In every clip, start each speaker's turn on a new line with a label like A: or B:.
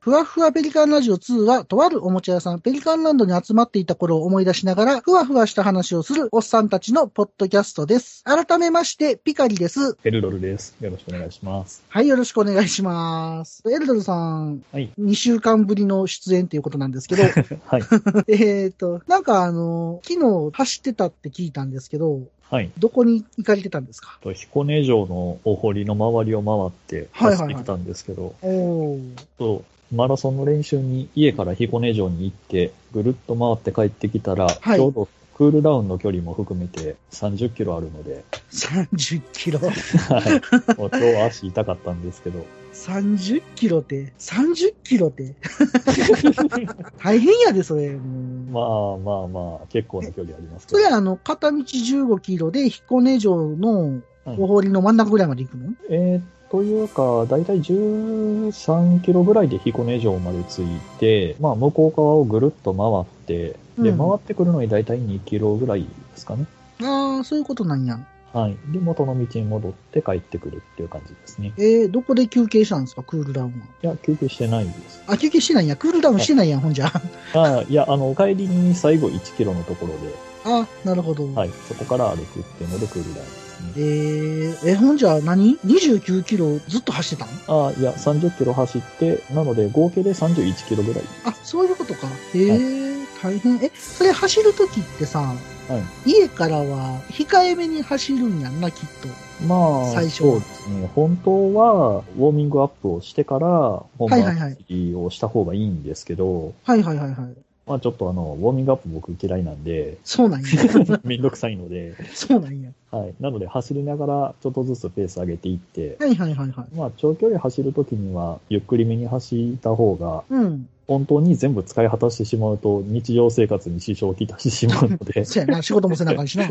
A: ふわふわペリカンラジオ2は、とあるおもちゃ屋さん、ペリカンランドに集まっていた頃を思い出しながら、ふわふわした話をするおっさんたちのポッドキャストです。改めまして、ピカリです。
B: エルドルです。よろしくお願いします。
A: はい、よろしくお願いします。エルドルさん、
B: はい。
A: 2週間ぶりの出演ということなんですけど、
B: はい。
A: えっと、なんかあの、昨日走ってたって聞いたんですけど、
B: はい。
A: どこに行かれてたんですか
B: と彦根城のお堀の周りを回って
A: はいはいは
B: 走
A: い
B: ってきたんですけど、
A: おー。
B: そうマラソンの練習に家から彦根城に行って、ぐるっと回って帰ってきたら、
A: はい
B: ちょうどクールダウンの距離も含めて30キロあるので、
A: 30キロ。
B: はい。もう今日足痛かったんですけど、
A: 30キロって、30キロって。大変やで、それ。もう
B: まあまあまあ、結構な距離ありますけ
A: そ
B: ど
A: れ。あの、片道15キロで彦根城の
B: はい
A: お堀の真ん中ぐらいまで行くの、
B: えー、というか、だいたい13キロぐらいで彦根城まで着いて、まあ、向こう側をぐるっと回って、で、
A: うん
B: 回ってくるのにだいたい2キロぐらいですかね。
A: ああ、そういうことなんや。
B: はい。で、元の道に戻って帰ってくるっていう感じですね。
A: えー、どこで休憩したんですか、クールダウンは。
B: いや、休憩してないんです。
A: あ、休憩してないんや。クールダウンしてないやん、ほんじゃ。
B: あいや、あの、帰りに最後1キロのところで、
A: あなるほど。
B: はい、そこから歩くっていうのでクールダウンです
A: えー、
B: ね。
A: え、ほんじゃ何、?29 キロずっと走ってたの
B: あいや、30キロ走って、なので合計で31キロぐらい。
A: あ、そういうことか。えー、大変。え、それ走るときってさ、
B: はい。
A: 家からは控えめに走るんやんな、きっと。
B: まあ、
A: 最初
B: そうですね。本当は、ウォーミングアップをしてから、本
A: は
B: 番
A: いはいはい
B: 走りをした方がいいんですけど、
A: はいはいはいはい。、
B: まあちょっとあの、ウォーミングアップ僕嫌いなんで
A: そうなん や。
B: めんどくさいので、
A: そうなんや。
B: はい。なので走りながら、ちょっとずつペース上げていって、
A: はいはいはいはい。
B: まあ長距離走るときには、ゆっくりめに走った方が、
A: うん。
B: 本当に全部使い果たしてしまうと、日常生活に支障をきたしてしまうの で、
A: そうやな、仕事もせなあかん しな。は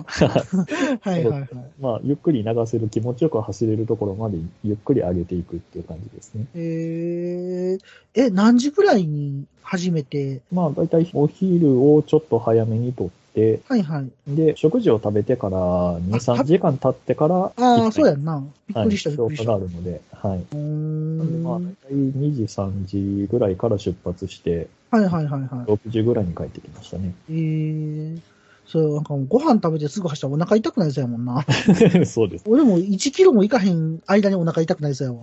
A: いはいはい。
B: まあゆっくり流せる気持ちよく走れるところまでゆっくり上げていくっていう感じですね。
A: えー、え、何時ぐらいに始めて、
B: まあ、だいたいお昼をちょっと早めにとって、
A: はいはい。
B: で、食事を食べてから2、3時間経ってから、
A: あ
B: は
A: あ、
B: い
A: そうやんな。びっ
B: は
A: く
B: い、
A: りした、びっくりした。
B: 消化
A: う
B: があるので、はい。
A: ー
B: なんで、まあ、だい
A: ん。
B: たい2時、3時ぐらいから出発して、
A: はいはいはいはい。
B: 6時ぐらいに帰ってきましたね。
A: えー、そう、なんかもうご飯食べてすぐ走ったらお腹痛くなりそうやもんな。
B: そうです。
A: 俺も1キロも行かへん間にお腹痛くなりそうやわ。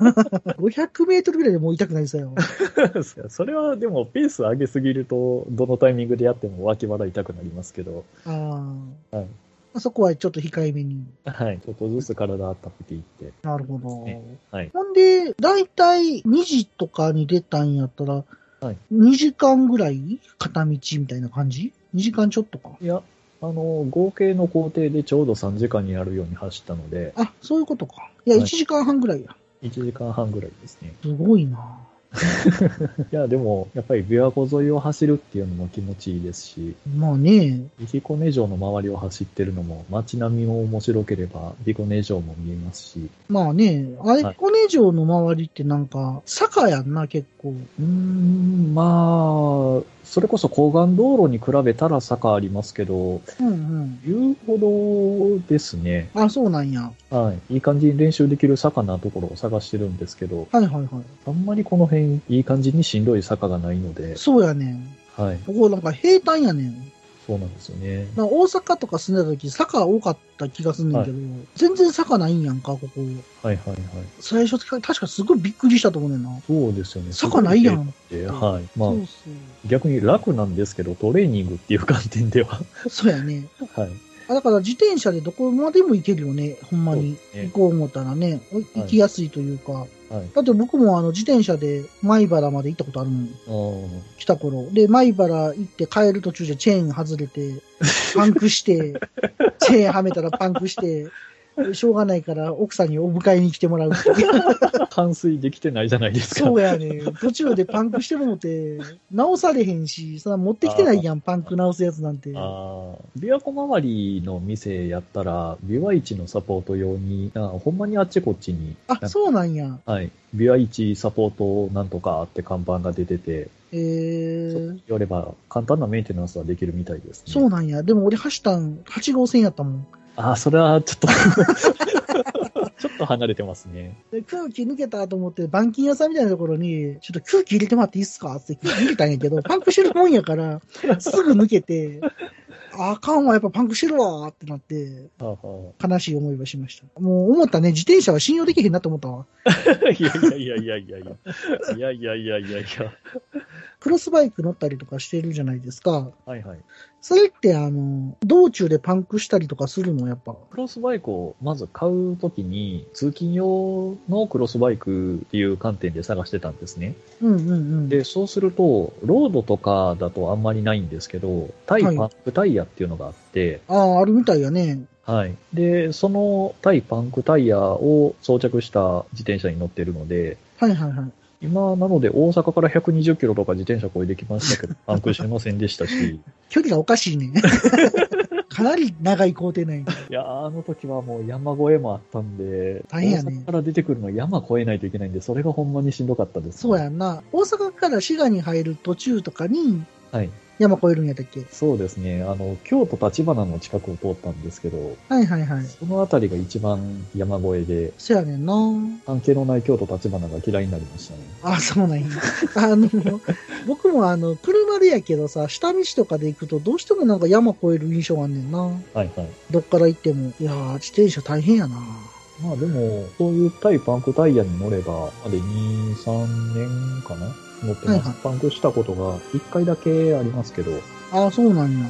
A: 500メートルぐらいでもう痛くなりそうやわ。
B: それはでも、ペース上げすぎると、どのタイミングでやっても脇腹痛くなりますけど、
A: あ
B: はい
A: あ。そこはちょっと控えめに。
B: はい。ちょっとずつ体温めていって、
A: なるほど。
B: はい。
A: ほんで、だいたい2時とかに出たんやったら、
B: はい
A: 2時間ぐらい片道みたいな感じ ?2 時間ちょっとか。
B: いや、あの、合計の工程でちょうど3時間になるように走ったので、
A: あ、そういうことか。いや、
B: は
A: 1
B: い
A: 時間半ぐらいや。
B: 1時間半ぐらいですね。
A: すごいな。
B: いや、でも、やっぱり琵琶湖沿いを走るっていうのも気持ちいいですし、
A: まあね、
B: 彦根城の周りを走ってるのも、街並みも面白ければ、彦根城も見えますし、
A: まあね、あれ、
B: はい
A: 彦根城の周りってなんか、坂やんな、結構。
B: うーん、まあ、それこそ高岸道路に比べたら坂ありますけど、
A: うんうん。
B: 言うほどですね。
A: あ、そうなんや。
B: はい。いい感じに練習できる坂なところを探してるんですけど、
A: はいはいは
B: あんまりこの辺、いい感じにしんどい坂がないので
A: い。、そうやねん。
B: はい。
A: ここなんか平坦やねん。
B: そうなんですよね。
A: なんか大阪とか住んでた時坂多かった気がすんだけど、全然坂ないんやんか、ここ。
B: はいはいはい。
A: 最初、確かすごいびっくりしたと思うねんな。
B: そうですよね。
A: 坂ないやん。
B: えーはい。まあ
A: そ、うそ
B: 逆に楽なんですけど、トレーニングっていう観点では。
A: う。そうやね。
B: はい。
A: あだから自転車でどこまでも行けるよね、ほんまに。
B: そうですね
A: 行こう思ったらね、行きやすいというか。
B: はい。
A: だって僕もあの自転車で米原まで行ったことあるもん。
B: あー
A: 来た頃。で、米原行って帰る途中でチェーン外れ て、パンクして、チェーンはめたらパンクして、しょうがないから奥さんにお迎えに来てもらうっていう。
B: 完遂できてないじゃないですか。
A: そうやね。途中でパンクしてもって、直されへんし、そんな持ってきてないやん、パンク直すやつなんて。あ
B: ああ、琵琶湖周りの店やったら、琵琶市のサポート用に、あほんまにあっちこっちに、
A: そうなんや。
B: はい、琵琶市サポートなんとかって看板が出てて、
A: えー、
B: やれば簡単なメンテナンスはできるみたいですね。
A: そうなんや。でも俺走ったん8号線やったもん。
B: ああ、それはちょっと ちょっと離れてますね。
A: で空気抜けたと思って、板金屋さんみたいなところに、ちょっと空気入れてもらっていいっすかって空気入れたんやけど、パンクしてるもんや から、すぐ抜けて、あかんわ、やっぱパンクしてるわってなって、
B: はあは
A: 悲しい思いをしました。もう思ったね、自転車は信用できへんなと思ったわ。
B: あ、 いやいやいやいやいやいやいやいやいやいや。
A: クロスバイク乗ったりとかしてるじゃないですか。
B: はいはい。
A: それって、あの、道中でパンクしたりとかするの、やっぱ。
B: クロスバイクをまず買うときに、通勤用のクロスバイクっていう観点で探してたんですね。
A: うんうんうん。
B: で、そうすると、ロードとかだとあんまりないんですけど、タイパ
A: はい
B: ンクタイヤっていうのがあって、
A: ああ、あるみたいやね。
B: はい。で、そのタイパンクタイヤを装着した自転車に乗ってるので、
A: はいはいはい。
B: 今、なので大阪から120キロとか自転車越えてきましたけ ど、パンクしてませんでしたし、
A: 距離がおかしいね。かなり長い工程ない。
B: いやー、あの時はもう山越えもあったんで、
A: 大変やね
B: 大阪から出てくるの山越えないといけないんで、それがほんまにしんどかったです。
A: そうやんな。大阪から滋賀に入る途中とかに
B: はい。
A: 山越えるんやったっけ
B: そうですね。あの、京都立花の近くを通ったんですけど、
A: はいはいはい。
B: その辺りが一番山越えで、
A: そうやねんな。
B: 関係のない京都立花が嫌いになりましたね。
A: あ、そうなんや。あの、僕もあの、車でやけどさ、下道とかで行くとどうしてもなんか山越える印象があんねんな。
B: はいはい。
A: どっから行っても。いやー、自転車大変やな。
B: まあでも、そういうタイパンクタイヤに乗れば、まで2、3年かな乗ってます、
A: はいはい
B: パンクしたことが1回だけありますけど、はい。
A: あー、そうなんや。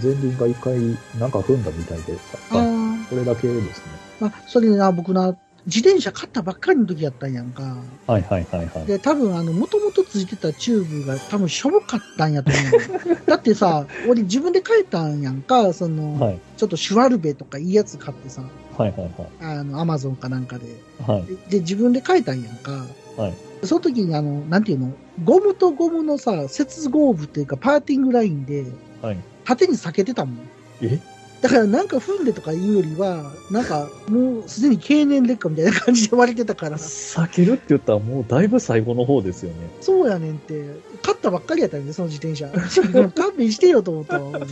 B: 前輪が1回なんか踏んだみたいで、
A: あー。
B: これだけですね。
A: まあ、それでな、僕な、自転車買ったばっかりの時やったんやんか。
B: はいはいはいはい。
A: で、多分、あの、もともとついてたチューブが多分しょぼかったんやと思 う。だってさ、俺自分で買えたんやんか、その、
B: はい
A: ちょっとシュワルベとかいいやつ買ってさ、
B: はいはいはい。
A: あの、アマゾンかなんかで。
B: はい
A: で、で自分で買えたんやんか。
B: はい。
A: その時に、あの、なんていうのゴムとゴムのさ、接合部っていうか、パーティングラインで、
B: はい。
A: 縦に裂けてたもん。
B: え
A: だからなんか踏んでとかいうよりは、なんかもうすでに経年劣化みたいな感じで割れてた から、
B: 避けるって言ったらもうだいぶ最後の方ですよね。
A: そうやねんって、買ったばっかりやったんで、その自転車。でも勘弁してよと思ったわ、ほんまだ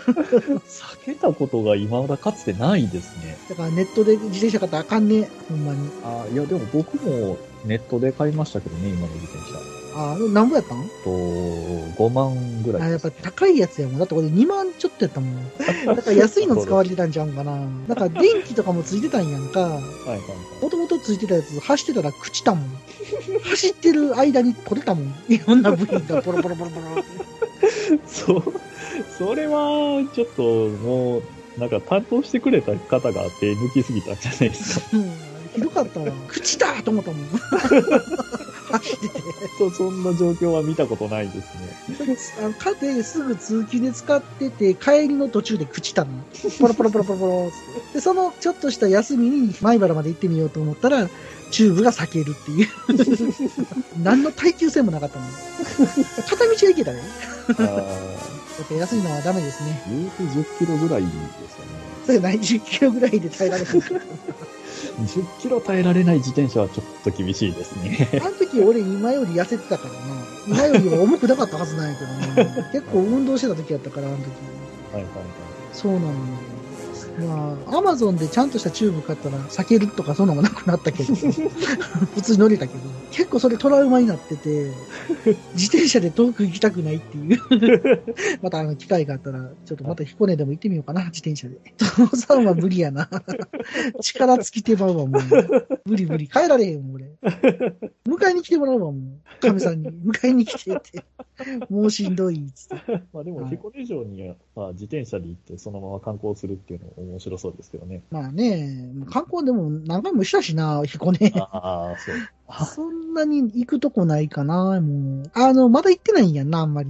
B: 避けたことが今だかつてないですね。
A: からネットで自転車買ったらあかんね、ほんまに。
B: あいやでも僕もネットで買いましたけどね、今の自転車。
A: あ、なんぼやったん
B: と、5万ぐらい
A: あや
B: で
A: っ
B: す
A: ぱ高いやつやもん。だってこれ2万ちょっとやったもん。だから安いの使われてたんちゃうんかな。だから電気とかもついてたんやんか。
B: はいはい
A: もともとついてたやつ走ってたら朽ちたもん。走ってる間に取れたもん。いろんな部品がポロポロポロポロって。
B: そう、それは、ちょっと、もう、なんか担当してくれた方が手抜きすぎたんじゃないですか。
A: うんひどかったわ。口だと思ったもん。走ってて。
B: そうそんな状況は見たことないですね。
A: あの家ですぐ通勤で使ってて、帰りの途中で口たの。ポロポロポロポロポロってで、そのちょっとした休みに米原まで行ってみようと思ったら、チューブが裂けるっていう。何の耐久性もなかったの。片道は行けたね。
B: あ
A: やっぱ安いのはダメですね。
B: ー言うて10キロぐらいですよね。
A: それ90キロぐらいで耐えられる。
B: 10キロ耐えられない自転車はちょっと厳しいですね。
A: あの時俺今より痩せてたからな。今よりは重くなかったはずなんやけどな。結構運動してた時やったから、あの時。
B: はいはいは
A: そうなのよ。まあ、アマゾンでちゃんとしたチューブ買ったら、避けるとかそんなのもなくなったけど、普通に乗れたけど、結構それトラウマになってて、自転車で遠く行きたくないっていう。 またあの機会があったら、ちょっとまた彦根でも行ってみようかな、自転車で。父さんは無理やな。 力尽きてまうわ、もう。無理無理。帰られへん、もう俺。迎えに来てもらうわ、もう。神さんに。迎えに来てって。もうしんどい、つって。
B: い。まあでも、
A: はい
B: 彦根城には、まあ、自転車で行ってそのまま観光するっていうのも面白そうですけどね。
A: まあね、観光でも何回もしたしな、彦根。
B: ああ、そう。あ
A: そんなに行くとこないかな、もう。あの、まだ行ってないんやんな、あんまり。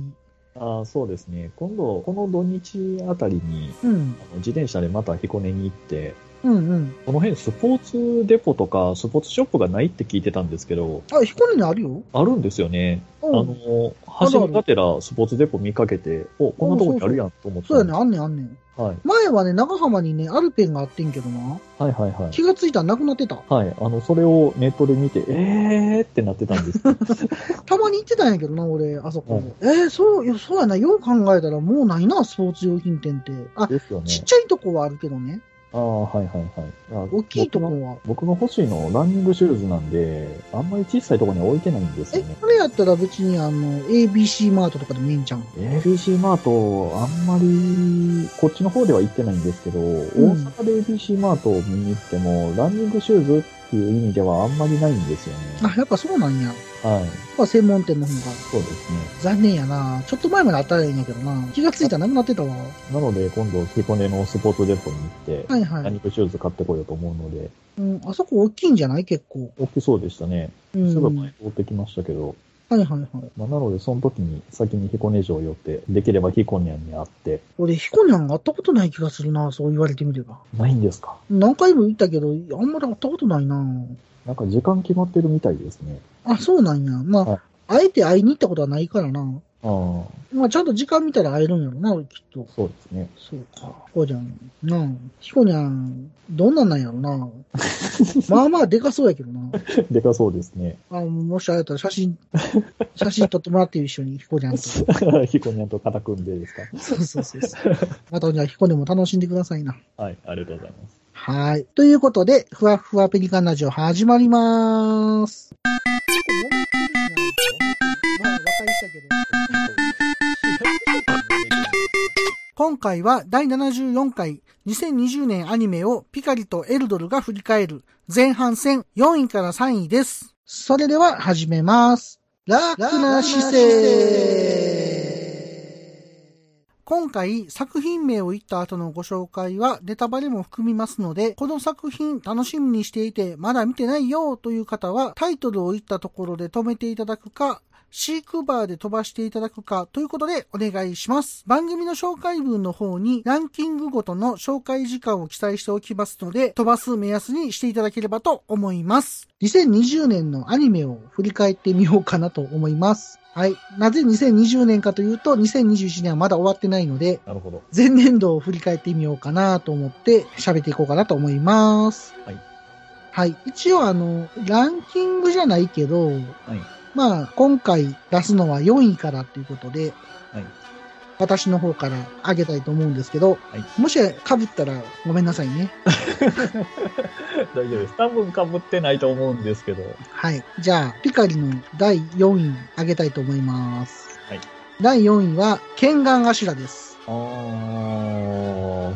B: あーそうですね。今度、この土日あたりに、
A: うん
B: あ、の自転車でまた彦根に行って、
A: うん、うん。
B: この辺スポーツデポとかスポーツショップがないって聞いてたんですけど、
A: あ、彦根にあるよ。
B: あるんですよね。あ
A: う
B: の
A: ん。、
B: 走りがてらスポーツデポ見かけて、お、こんなとこにあるやんと思って。
A: そうやね、あんねん、あんねん。
B: はい。
A: 前はね、長浜にね、アルペンがあってんけどな。
B: はいはいはい。
A: 気がついたらなくなってた。
B: はい。あの、それをネットで見て、えーってなってたんです けど。
A: たまに行ってたんやけどな、俺、あそこ。えー、そう、いやそうやな、よう考えたらもうないな、スポーツ用品店って。あ、
B: ですよね
A: ち。っちゃいとこはあるけどね。
B: ああ、はいはいはいいや。
A: 大きいと
B: 僕の
A: こは。
B: 僕の欲しいのランニングシューズなんで、あんまり小さいところに置いてないんです
A: え、
B: よね。
A: これやったら別にあの、ABC マートとかでもいいんじゃん。
B: ABC マート、あんまり、こっちの方では行ってないんですけど、大阪で ABC マートを見に行っても、ランニングシューズっていう意味ではあんまりないんですよね。
A: あ、やっぱそうなんや。やっ
B: はい。
A: ぱ専門店の方が。
B: そうですね。
A: 残念やな。ちょっと前まであったらいいんやけどな。気がついたらなくなってたわ。
B: なので、今度、ピコネのスポーツデポに行って、
A: はい
B: ラ
A: は
B: ン
A: い。
B: ニングシューズ買ってこようと思うので、
A: うん、あそこ大きいんじゃない結構。
B: 大きそうでしたね。
A: うん。
B: すぐ
A: はい
B: 前通ってきましたけど、
A: はいはい。
B: まあ、なので、その時に先に彦根城寄って、できれば彦根屋に会って、
A: 俺、ヒコニャンが会ったことない気がするな。そう言われてみれば。
B: ないんですか
A: 何回も言ったけど、あんまり会ったことないな。
B: なんか時間決まってるみたいですね。
A: あ、そうなんや。まあ、
B: はい
A: あえて会いに行ったことはないからな。
B: ああ、
A: まあ、ちゃんと時間見たら会えるんやろな、きっと。
B: そうですね。
A: そうか。ヒコニャン。なあ。ヒコニャン、どんなんなんやろ な。まあまあ、でかそうやけどな。
B: でかそうですね。
A: あもしあれたら写真、写真撮ってもらって一緒に、ヒコニャンと。
B: ヒコニャンと肩組んでですか。
A: そうそうそうそう。またじゃあ、ヒコネも楽しんでくださいな。
B: はい、ありがとうございます。
A: はい。ということで、ふわふわペリカンラジオ始まります。 今回は第74回2020年アニメをピカリとエルドルが振り返る前半戦4位から3位です。それでは始めます。楽な姿勢。今回作品名を言った後のご紹介はネタバレも含みますので、この作品楽しみにしていてまだ見てないよという方はタイトルを言ったところで止めていただくか、シークバーで飛ばしていただくかということでお願いします。番組の紹介文の方にランキングごとの紹介時間を記載しておきますので、飛ばす目安にしていただければと思います。2020年のアニメを振り返ってみようかなと思います。はい。なぜ2020年かというと、2021年はまだ終わってないので、
B: なるほど。
A: 前年度を振り返ってみようかなと思って喋っていこうかなと思います。
B: はい。
A: はい。一応あの、ランキングじゃないけど、
B: はい。
A: まあ、今回出すのは4位からということで、
B: はい。
A: 私の方から上げたいと思うんですけど、
B: はい。
A: もし被ったらごめんなさいね。
B: 大丈夫です。多分かぶってないと思うんですけど。
A: はい。じゃあ、ピカリの第4位上げたいと思います。
B: はい。
A: 第4位は、剣眼頭です。
B: ああ、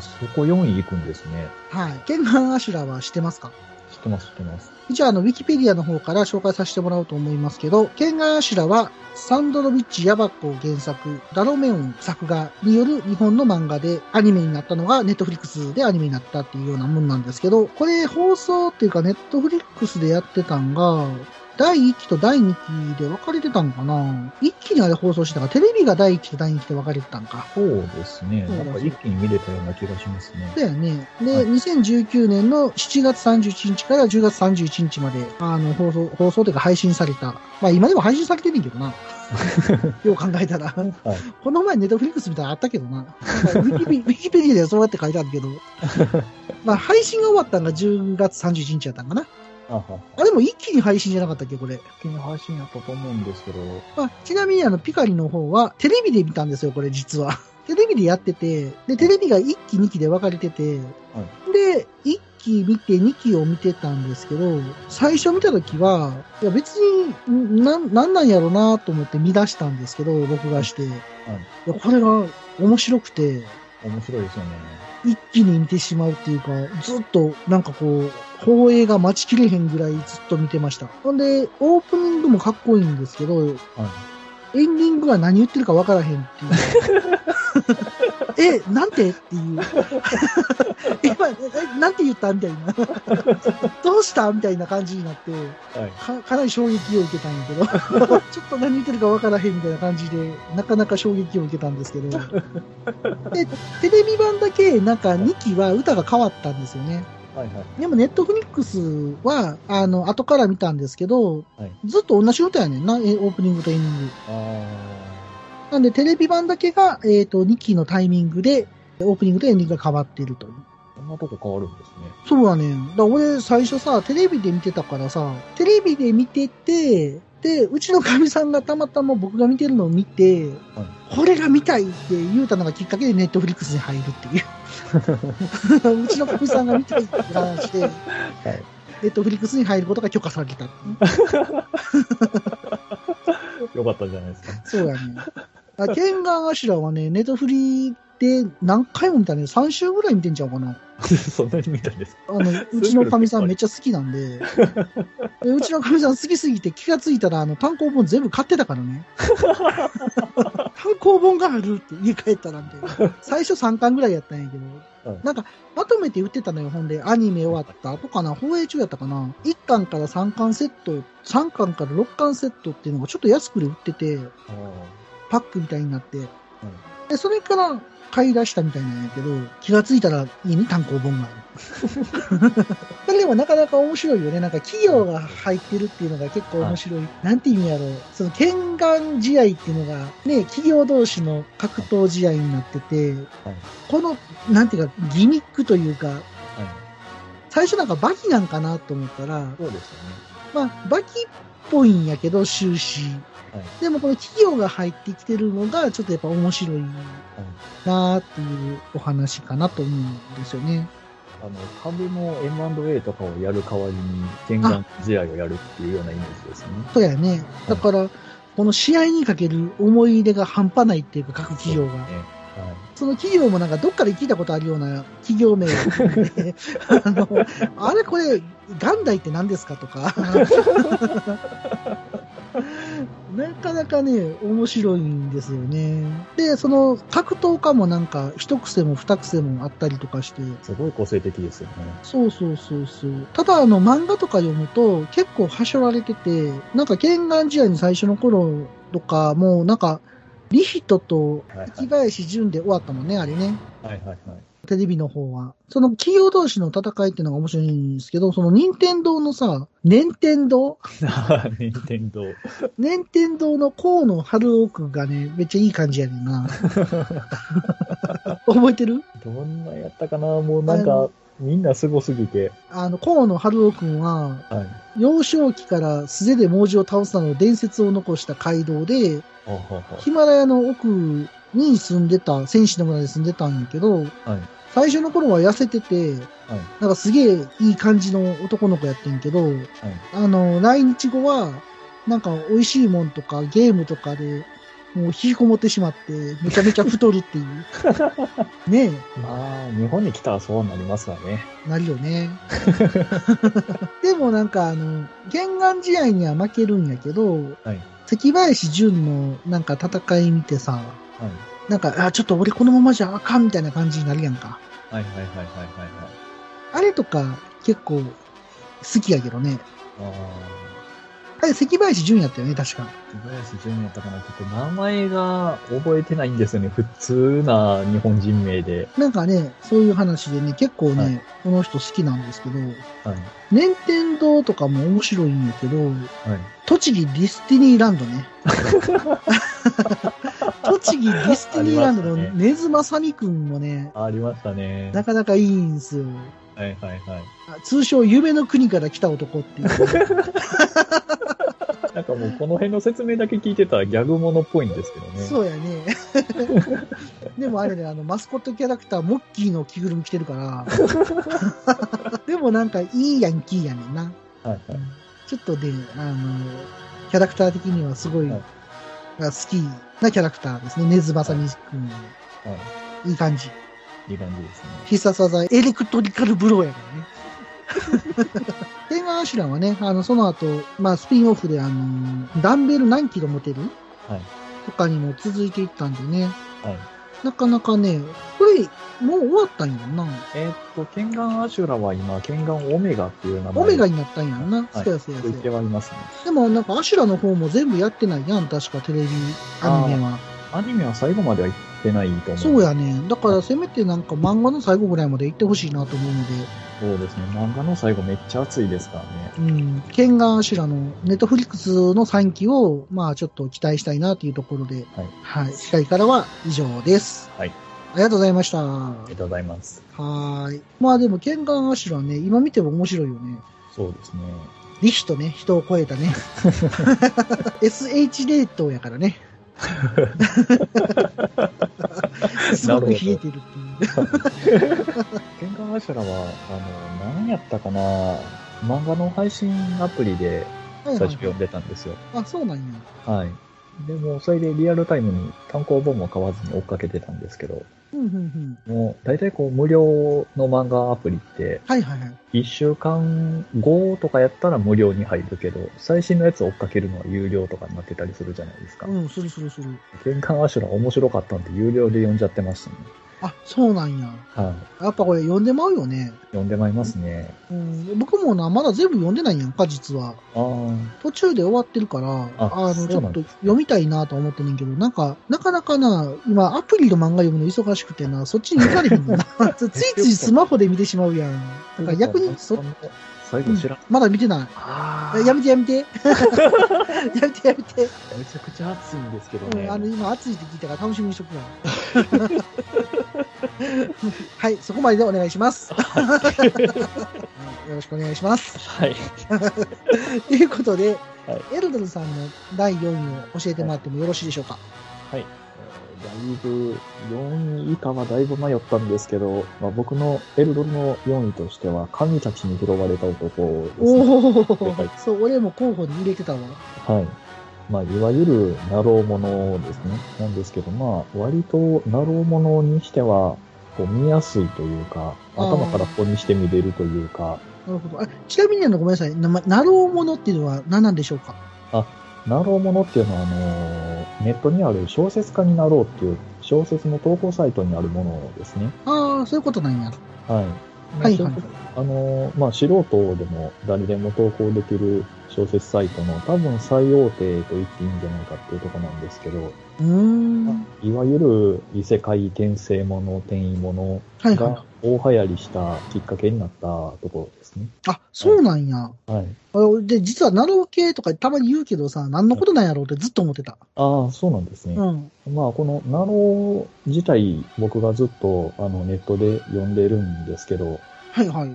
B: そこ4位行くんですね。
A: はい。剣眼頭は知ってますか
B: 知ってます、知ってます。
A: 一応あの、ウィキペディアの方から紹介させてもらおうと思いますけど、ケンガヤシラは、サンドロビッチ・ヤバコ原作、ダロメオン作画による日本の漫画でアニメになったのが、ネットフリックスでアニメになったっていうようなもんなんですけど、これ放送っていうかネットフリックスでやってたんが、第1期と第2期で分かれてたんかな一期にあれ放送してたから、テレビが第1期と第2期で分かれてたんか。
B: そうですね。
A: そうだ
B: なんか一気に見れたような気がしますね。
A: だよね。で、
B: はい
A: 2019年の7月31日から10月31日まで、あの、放送、放送というか配信された。まあ今でも配信されてるんけ どな。よう考えたら。
B: はい。
A: この前ネットフリックスみたいなのあったけどな。なんかウィキペウィキペディアではそうやって書いてある けど。まあ配信が終わったのが10月31日やったんかな。
B: あはは。
A: あ、でも一気に配信じゃなかったっけ、これ。
B: 一気に配信やったと思うんですけど。は
A: まあ、ちなみにあの、ピカリの方は、テレビで見たんですよ、これ実は。 テレビでやってて、で、テレビが1期、2期で分かれてて、で、1期見て、2期を見てたんですけど、最初見た時は、いや、別に、んなん、なんなんやろなと思って見出したんですけど、録画して。いや、これが面白くて、
B: 面白いですよね。
A: 一気に見てしまうっていうか、ずっとなんかこう、放映が待ちきれへんぐらいずっと見てました。ほんで、オープニングもかっこいいんですけど、
B: はい。
A: エンディングが何言ってるか分からへんって いう。え、なんてっていう。 え今、えなんて言ったみたいな。 どうしたみたいな感じになって、
B: はい。
A: かかなり衝撃を受けたんやけど、 ちょっと何言ってるか分からへんみたいな感じで、なかなか衝撃を受けたんですけど、でテレビ版だけ、なんか2期は歌が変わったんですよね。
B: はいはい。
A: でも、ネットフリックスは、あの、後から見たんですけど、
B: はい
A: ずっと同じ歌やねんな、えオープニングとエンディング。
B: あ
A: なんで、テレビ版だけが、えっ、と、2期のタイミングで、オープニングとエンディングが変わっているという。
B: あ、こんなとこ変わるんですね。
A: そうだね。だから俺、最初さ、テレビで見てたからさ、テレビで見てて、で、うちのかみさんがたまたま僕が見てるのを見て、これが見たいって言うたのがきっかけでネットフリックスに入るっていう。うちのかみさんが見たいって話して、ネットフリックスに入ることが許可されたっていう。
B: よかったんじゃないですか。
A: そうやね。あケンガンアシュラはね、ネットフリで何回も見たね、3週ぐらい見てんちゃうかな。
B: そんなに見たん ですか
A: あの、うちのかみさんめっちゃ好きなん で、でうちのかみさん好きすぎて気がついたら、あの、単行本全部買ってたから ね。単行本があるって家帰った なんて。最初3巻ぐらいやったんやけど、
B: うん
A: なんか、まとめて売ってたのよ、ほんで。アニメ終わった後かな、放映中やったかな。1巻から3巻セット、3巻から6巻セットっていうのがちょっと安くで売ってて、
B: あ
A: パックみたいになって、で、それから買い出したみたいなんやけど、気がついたら家に単行本がある。それでもなかなか面白いよね。なんか企業が入ってるっていうのが結構面白い。なんていうんやろう。その剣眼試合っていうのが、ね、企業同士の格闘試合になってて、この、なんていうか、ギミックというか、
B: あはい
A: 最初なんかバキなんかなと思ったら、
B: そうですよね。
A: まあ、バキっぽいんやけど、終始。
B: はい
A: でも、この企業が入ってきてるのが、ちょっとやっぱ面白いなーっていうお話かなと思うんですよね。
B: あの、株の M&A とかをやる代わりに、見学試合をやるっていうようなイメージですね。
A: そうやね。だから、この試合にかける思い入れが半端ないっていうか、各企業
B: そう
A: が
B: で。すねはい
A: その企業もなんかどっかで聞いたことあるような企業名を聞いてあの、あれこれ、元来って何ですかとか。なかなかね、面白いんですよね。で、その格闘家もなんか一癖も二癖もあったりとかして、
B: すごい個性的ですよね。
A: そうそうそうそう。ただ、あの、漫画とか読むと、結構はしょられてて、なんか、剣眼試合の最初の頃とか、もうなんか、リヒトと
B: はい
A: 木林淳で終わったもんね、あれね。
B: はいはいはい。
A: テレビの方は。その企業同士の戦いっていうのが面白いんですけど、その任天堂のさ、任天堂
B: 任天堂。
A: 任天堂の河野春奥がね、めっちゃいい感じやねんな。覚えてる
B: どんなやったかなもうなん
A: あ
B: か
A: の、
B: みんなすごすぎて。
A: あの、河野春奥くんは、
B: はい。
A: 幼少期から素手で猛獣を倒すなどの伝説を残した街道で、
B: ほうほうほう
A: ヒマラヤの奥に住んでた、戦士の村に住んでたんやけど、最初の頃は痩せてて、なんかすげえいい感じの男の子やってんけど、あの、来日後は、なんか美味しいもんとかゲームとかで、もう引きこもってしまって、めちゃめちゃ太るっていう。 ねえ。
B: まあ、日本に来たらそうなりますわね。
A: なるよ ね。でもなんかあの、玄関試合には負けるんやけど、
B: はい
A: 関林淳のなんか戦い見てさ、
B: はい。
A: なんか、あ、ちょっと俺このままじゃあかんみたいな感じになるやんか。
B: はいはいはいはいはいはい。
A: あれとか結構好きやけどね。
B: あ
A: あれ関林淳やったよね、確か。
B: あ、小林純やったかなちょっと名前が覚えてないんですよね。普通な日本人名で。
A: なんかね、そういう話でね、結構ね、
B: はい
A: この人好きなんですけど、
B: はい。
A: 任天堂とかも面白いんやけど、
B: はい。
A: 栃木ディスティニーランド ね。栃木ディスティニーランド
B: ありま
A: の
B: した
A: 根津正美くんもね、
B: ありましたね。
A: なかなかいいんですよ。
B: はいはいはい。
A: あ通称、夢の国から来た男っていう。
B: なんかもうこの辺の説明だけ聞いてたらギャグものっぽいんですけどね。
A: そうやね。 でもあれね、あの、マスコットキャラクター、モッキーの着ぐるみ着てるから。 でもなんか、いいヤンキーやねんな。
B: はいはい。
A: ちょっとね、あの、キャラクター的にはすごい、
B: はい
A: が好きなキャラクターですね。根津正美くん。いい感じ。
B: いい感じですね。
A: 必殺技、エレクトリカルブローやからね。 天眼アシュランはね、あの、その後、まあ、スピンオフで、あの、ダンベル何キロ持てる
B: はい
A: とかにも続いていったんでね。
B: はい。
A: なかなかね、これ、もう終わったんやんな。
B: えーっと、ケンガンアシュラは今、ケンガンオメガっていう名前
A: オメガ
B: に
A: になったんやんな。
B: はい
A: そうやそうやそう
B: 言って
A: や。
B: はいますね。
A: でも、なんか、アシュラの方も全部やってないやん。確か、テレビ、アニメは。
B: アニメは最後までは行ってないと思う。
A: そう。やね。だから、せめてなんか、漫画の最後ぐらいまで行ってほしいなと思うので。
B: そうですね。漫画の最後めっちゃ熱いですからね。
A: うん、ケンガンアシュラのネットフリックスの3期を、まあちょっと期待したいなというところで、
B: はい。
A: はい。次回からは以上です。
B: はい。
A: ありがとうございました。
B: あ
A: は
B: りがとうございます。
A: ーい。まあでも、ケンガンアシュラね、今見ても面白いよね。
B: そうですね。
A: リヒとね、人を超え たね。SH 冷凍やからね。すごく冷えてるっていう。
C: 喧嘩柱は、あの、何やったかな、漫画の配信アプリで
A: は
C: 最
A: いは
C: 初
A: い
C: 読んでたんですよ。
A: あ、そうなんや。
C: はい。でも、それでリアルタイムに単行本も買わずに追っかけてたんですけど、
A: うんうんうん。
C: もう、大体こう、無料の漫画アプリって、
A: はいはいはい。
C: 1週間後とかやったら無料に入るけど、最新のやつ追っかけるのは有料とかになってたりするじゃないですか。
A: うん、するするする。
C: 玄関アシュラ面白かったんで有料で読んじゃってましたね。
A: あ、そうなんや。
C: はい。
A: やっぱこれ読んでまうよね。
C: 読んでまいりますね。
A: うん、僕もな、まだ全部読んでないんやんか、実は。
C: ああ、
A: 途中で終わってるから、あ
C: あ
A: の、ち
C: そう
A: ょ
C: な
A: っ
C: ん
A: と
C: です
A: 読みたいなと思ってんねんけど、なんか、なかなかな、今、アプリの漫画読むの忙しくてな、そっちに行かれへんの な。ついついスマホで見てしまうやん。だから逆に、そ、
C: 最後知らん。
A: まだ見てない。
C: あ
A: えやめてや めて。やめてやめて。
C: めちゃくちゃ暑いんですけど
A: うん、あの、今、暑いって聞いたから楽しみにしとくわ。 はい、そこまででお願いし ます。はいよろしくお願いします。
C: はい。
A: ということで、
C: は
A: エルドルさんの第4位を教えてもらってもよろしいでしょうか。
B: だいぶ、4位以下はだいぶ迷ったんですけど、まあ、僕のエルドルの4位としては、神たちに拾われた男ですね。
A: お
B: は
A: お
B: い、
A: そう、俺も候補に入れてたわ。
B: はい。まあ、いわゆる、なろうものですね。なんですけど、まあ、割と、なろうものにしては、こう、見やすいというか、頭からここにして見れるというか、
A: なるほど。あ、ちなみにあの、ごめんなさい。な、なろうものっていうのは何なんでしょうか
B: なろうものっていうのは、あのー、ネットにある小説家になろうっていう、小説の投稿サイトにあるものですね。
A: ああ、そういうことなんや。
B: はい。
A: はいはい
B: あのー、まあ、素人でも誰でも投稿できる小説サイトの多分最大手と言っていいんじゃないかっていうところなんですけど、
A: うーん。
B: いわゆる異世界転生もの、転移もの
A: はいはい
B: が。大流行りしたきっかけになったところですね。
A: あ、そうなんや。
B: はい。
A: あで、実はナロー系とかたまに言うけどさ、何のことなんやろうってずっと思ってた。
B: ああ、そうなんですね。
A: うん。
B: まあ、このナロー自体、僕がずっとあのネットで読んでるんですけど、
A: はいはい。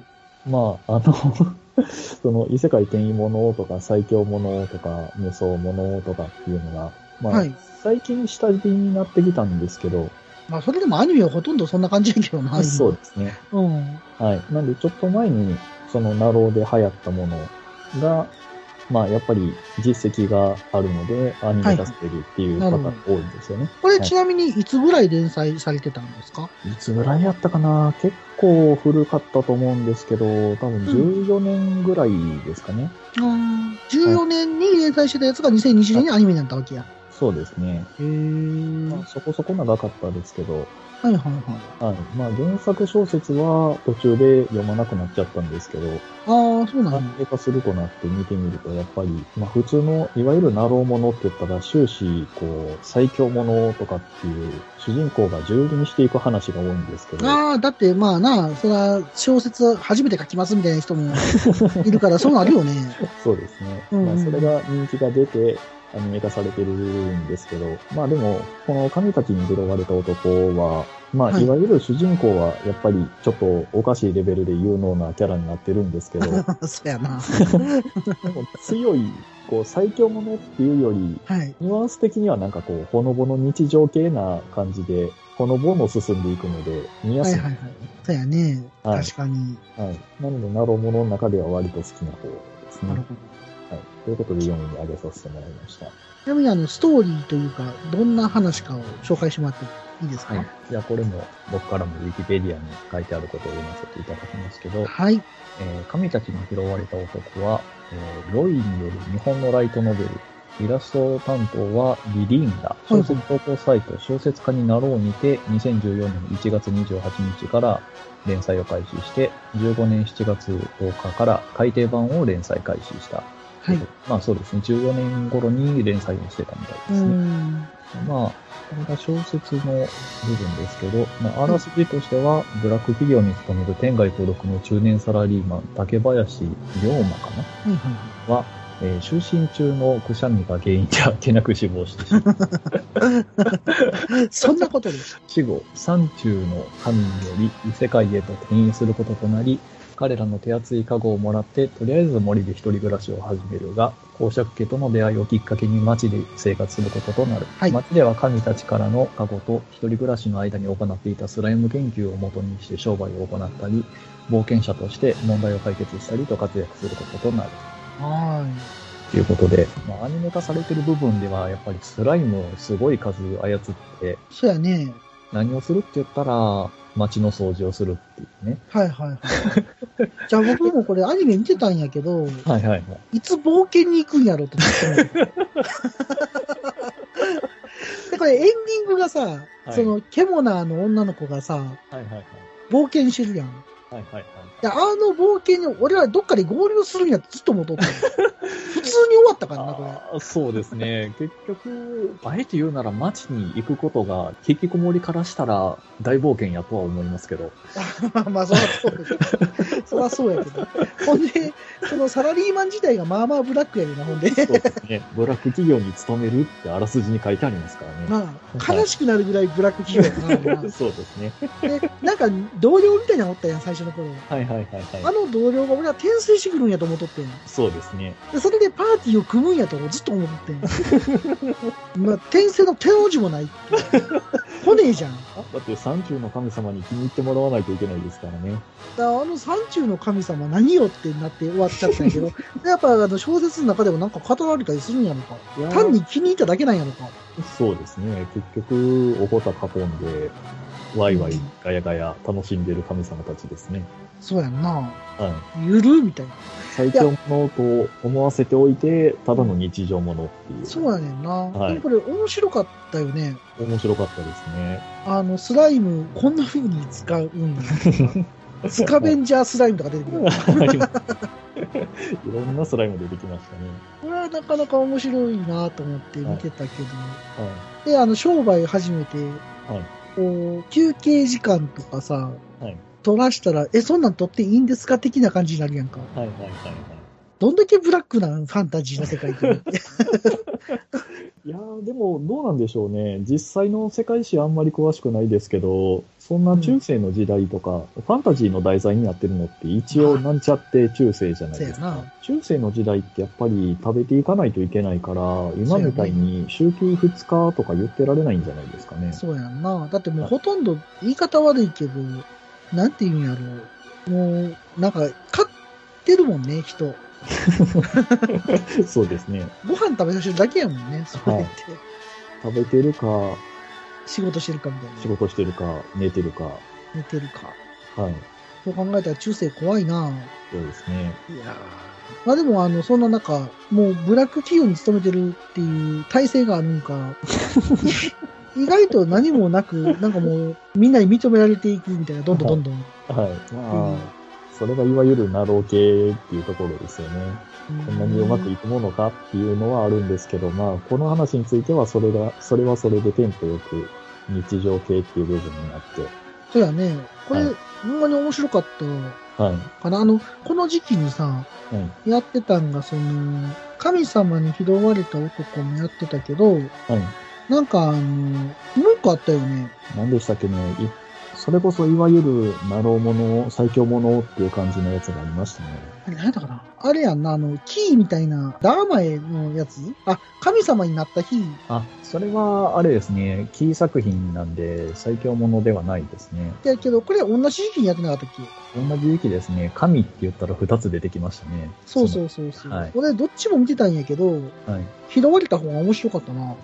B: まあ、あの、 その異世界転移ものとか最強ものとか無双ものとかっていうのが、まあ、
A: はい
B: 最近下火になってきたんですけど、
A: まあ、それでもアニメはほとんどそんな感じやけどな。
B: そうですね。
A: うん。
B: はい。なんで、ちょっと前に、そのナローで流行ったものが、まあ、やっぱり実績があるので、アニメ化されるっていう
A: はい
B: 方
A: はい
B: が多いんですよね。
A: これ
B: はい
A: ちなみにいつぐらい連載されてたんですか
B: いつぐらいやったかな結構古かったと思うんですけど、多分14年ぐらいですかね。
A: うん14年に連載してたやつが2020年にアニメになったわけや。
B: そうですね。
A: へえ。
B: まあそこそこ長かったですけど、
A: はいはいはい。
B: はい。まあ、原作小説は途中で読まなくなっちゃったんですけど、
A: ああ、そうなん
B: ア
A: や
B: ニ。メ化するとなって見てみると、やっぱり、まあ普通の、いわゆるナローものって言ったら、終始、こう、最強ものとかっていう、主人公が蹂躙していく話が多いんですけど、
A: ああ、だってまあな、そら小説初めて書きますみたいな人もいるからそうなるよね。
B: そうですね。
A: うんうん
B: まあそれが人気が出て、アニメ化されてるんですけど、まあでも、この神たちに拾われた男は、ま
A: は
B: あ、
A: い
B: いわゆる主人公は、やっぱり、ちょっとおかしいレベルで有能なキャラになってるんです けど、
A: そうやな。
B: でも強い、こう、最強ものっていうより、
A: はい。
B: ニュアンス的にはなんかこう、ほのぼの日常系な感じで、ほのぼの進んでいくので、見や
A: はい
B: すい。
A: はいはい。そうやね。
B: はい
A: 確かに。
B: はいなので、ナロモの中では割と好きな方ですね。
A: なる
B: はい。
A: ほど。
B: ということで4位に上げさせてもらいました。
A: ちなみにあの、ストーリーというか、どんな話かを紹介してもらっていいですか
C: はい。じゃあ、これも僕からもウィキペディアに書いてあることを読ませていただきますけど、
A: はい。
C: えー神たちに拾われた男は、えーロイによる日本のライトノベル。イラスト担当はリリーンダ。小説投稿サイト、小説家になろうにて、2014年1月28日から連載を開始して、15年7月10日から改訂版を連載開始した。
A: はい。
C: まあそうですね、14年頃に連載をしてたみたいで
A: う
C: すね。
A: ん。
C: まあ、これが小説の部分ですけど、まあ、あらすじとしては、ブラック企業に勤める天外孤独の中年サラリーマン、竹林龍馬かな
A: はいはいはい。
C: は、えー就寝中のくしゃみが原因であっけなく死亡してしまう。
A: そんなことです。
C: 死後、山中の神により異世界へと転移することとなり、
B: 彼らの手厚い加護をもらって、とりあえず森で一人暮らしを始めるが、公爵家との出会いをきっかけに町で生活することとなる。
A: はい
B: 町では神たちからの加護と一人暮らしの間に行っていたスライム研究を元にして商売を行ったり、冒険者として問題を解決したりと活躍することとなる。
A: は
B: ということで、まあ、アニメ化されてる部分では、やっぱりスライムをすごい数操って、
A: い。そうやね。
B: 何をするって言ったら、街の掃除をするっていうね。
A: はいはい はい。じゃあ僕もこれアニメ見てたんやけど、
B: はいはいはい。
A: いつ冒険に行くんやろと 思ってたで、これエンディングがさ、
B: い
A: そのケモナーの女の子がさ、
B: はいはいはい。
A: 冒険してるやん。
B: はいはいはい。
A: で、あの冒険に俺らどっかで合流するんやってずっと思っとった。普通に終わったからな、これ。
B: あーそうです ね。結局、あえて言うなら街に行くことが、引きこもりからしたら大冒険やとは思いますけど。
A: まあ まあ、そりゃそうでしょ。そりゃそうやけど。ほんで、そのサラリーマン自体がまあまあブラックやでな、ほんで。
B: そうです ね。ブラック企業に勤めるってあらすじに書いてありますからね。
A: まあ、悲しくなるぐらいブラック企業やな。ほん
B: そうですね。
A: まで、なんか同僚みたいなのおったやん、最初の頃。
B: はいはいはい
A: あ
B: はい。
A: の同僚が俺は転生してくるんやと思っとってん。
B: そうですね。
A: でそれでパーティーを組むんやとずっと思っとってん。まあ、転生の手王子もないっていう。骨じゃん。だか
B: あだって山中の神様に気に入ってもらわないといけないですからね。
A: らあの山中の神様何よってなって終わっちゃったんやけ ど、やっぱあの小説の中でもなんか語られたりするんやろか。
B: いやー
A: 単に気に入っただけなんやろか。
B: そうですね。結局、おこた囲んで、ワイワイ、ガヤガヤ、楽しんでる神様たちですね。
A: そうやんな。
B: は
A: ゆるみたいな。
B: い。最強者と思わせておいて、ただの日常者っていう。
A: そうやねんな。
B: はい
A: でもこれ面白かったよね。
B: 面白かったで すね。
A: あの、スライム、こんな風に使うんや。 スカベンジャースライムとか出てくる。
B: いろんなスライム出てきましたね。
A: これはなかなか面白いなと思って見てたけど、
B: は
A: であの商売始めて、こう休憩時間とかさ、
B: はい
A: 取らしたらえそんなん取っていいんですか的な感じになるやんか
B: い。はいはいはいは
A: どんだけブラックなファンタジーの世界って
B: い。いやー、でも、どうなんでしょうね。実際の世界史あんまり詳しくないですけど、そんな中世の時代とか、ファンタジーの題材になってるのって、一応なんちゃって中世じゃないです
A: そうや
B: か
A: な。
B: 中世の時代ってやっぱり食べていかないといけないから、今みたいに週休2日とか言ってられないんじゃないですかね。
A: そうやんなだってもうほとんど言い方悪いけどなんて言うんやろもうなんか買ってるもんね人
B: そうですね。
A: ご飯食べさせてるだけやもんねそれって、
B: 食べてるか、
A: 仕事してるかみたいな
B: 仕事してるか、寝てるか。は
A: 寝てるか
B: い。
A: そう考えたら中世怖いな
B: そうですね。
A: いやーまあでも、あの、そんな中、もうブラック企業に勤めてるっていう体制があるん か、意外と何もなく、なんかもう、みんなに認められていくみたいな、どんどんどんどん。
B: はい。
A: うん
B: まあ、それがいわゆるナロー系っていうところですよね。こんなにうまくいくものかっていうのはあるんですけど、まあ、この話については、それが、それはそれでテンポよく、日常系っていう部分になって、
A: そうやね。これ、
B: はい
A: ほんまに面白かっ
B: はい。
A: たかな。あの、この時期にさ、
B: はい。
A: やってたんが、その、神様に拾われた男もやってたけど、
B: はい。
A: なんか、あの、もう一個あったよね。
B: 何でしたっけね。いそれこそ、いわゆる、ナローもの、最強ものっていう感じのやつがありましたね。
A: 何やったかなあれやんな、あの、キーみたいな、ダーマエのやつあ、神様になった日
B: あ、それは、あれですね。キー作品なんで、最強ものではないですね。
A: やけど、これ同じ時期にやってなかったっけ
B: 同じ時期ですね。神って言ったら2つ出てきましたね。
A: そうそうそうそう。
B: はい
A: 俺、どっちも見てたんやけど、
B: その。はい。
A: 拾われた方が面白かったな。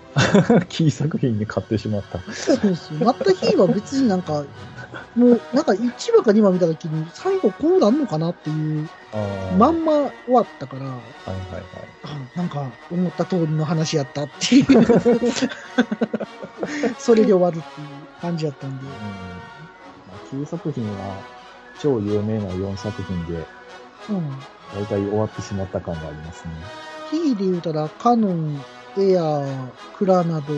B: キー作品に買ってしまった。
A: そうそう。なった日は別になんか、もう、なんか1話か2話見た時に、最後こうなんのかなっていう、
B: あ
A: ま
B: はい
A: んま終わったから、
B: はいはい。
A: あなんか、思った通りの話やったって いう。それで終わるっていう感じやったんで。
B: うんまあ、9作品は超有名な4作品で、
A: うん。
B: 大体終わってしまった感がありますね。
A: キーで言うたら、カノン、エアー、クラなど
B: い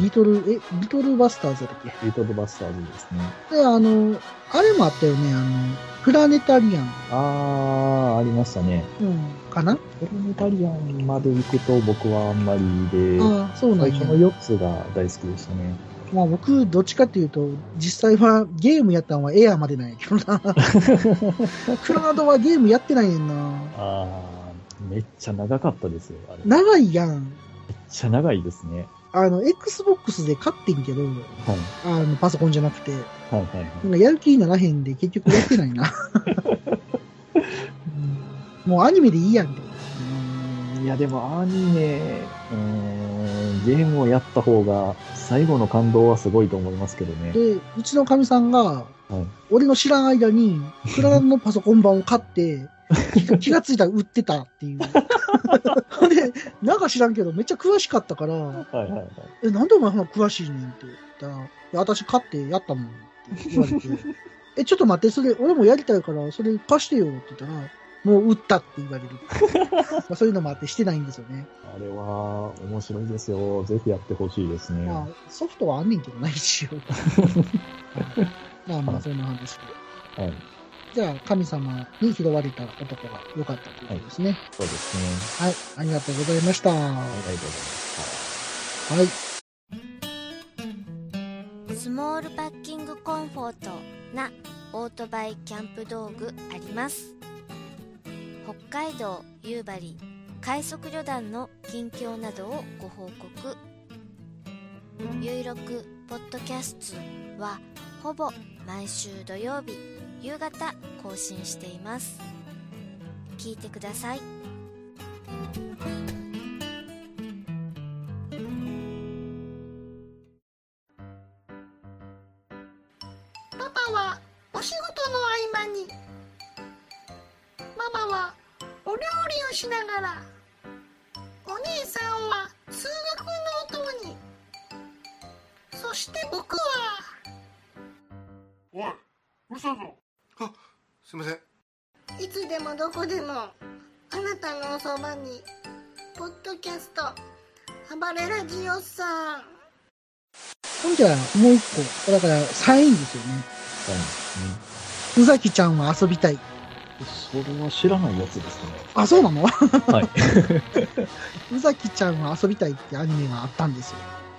A: リトル、え、リトルバスターズだっけ
B: ビートルバスターズですね。
A: で、あの、あれもあったよね、あの、プラネタリアン、
B: あー、ありましたね。
A: うん、かな、
B: プラネタリアンまで行くと僕はあんまりで、
A: ああ、そうなん
B: 最
A: や
B: 初。の4つが大好きでしたね。
A: まあ僕、どっちかっていうと、実際はゲームやったんはエアーまでなんやけど な。クロナドはゲームやってないねんな。
B: あー、めっちゃ長かったですよ、あれ。めっ
A: 長いやん。
B: ちゃ長いですね。
A: あの、Xbox で買ってんけど、
B: はい。
A: あの、パソコンじゃなくて、
B: はいはいはい。
A: なんかやる気にならへんで結局やってないな。 うんもうアニメでいいやんって。
B: うーんいや、でもアニメ、うーん、ゲームをやった方が、最後の感動はすごいと思いますけどね。
A: で、うちのかみさんが、
B: はい
A: 俺の知らん間に、クラのパソコン版を買 って、気が気がついたら売ってたっていう。ほんで、なんか知らんけど、めっちゃ詳しかったから、
B: はいはいはい。
A: え、なんでお前そんな詳しいねんって言ったら、いや私買ってやったもんって言わ れて、え、ちょっと待って、それ、俺もやりたいから、それ貸してよって言ったら、もう売ったって言われ る。まあそういうのもあってしてないんですよね。
B: あれは、面白いですよ。ぜひやってほしいですね。
A: まあ、ソフトはあんねんけどな、一 応。まあまあ、そんな話で。
B: はい。
A: じゃあ、神様に拾われた男が良かったということですね。
B: そうですね。
A: はい、ありがとうございました。は
B: はい、ありがとうございます。
A: い。
D: スモールパッキングコンフォートなオートバイキャンプ道具あります北海道夕張快速旅団の近況などをご報告「ゆいろくポッドキャスト」はほぼ毎週土曜日夕方更新しています聞いてください
E: パパはお仕事の合間にママはお料理をしながらお兄さんは数学のお供にそして僕は
F: おい、うるさいぞ。あ、すいません。
E: いつでもどこでもあなたのおそばにポッドキャスト暴れラジオさん
A: ほんじゃ、もう一個。だから、3位ですよね。
B: そうです
A: ふざきちゃんは遊びたい。
B: ね。それは知らないやつですね。
A: あ、そうなの
B: はい。
A: ふざきちゃんは遊びたいってアニメがあったんですよ。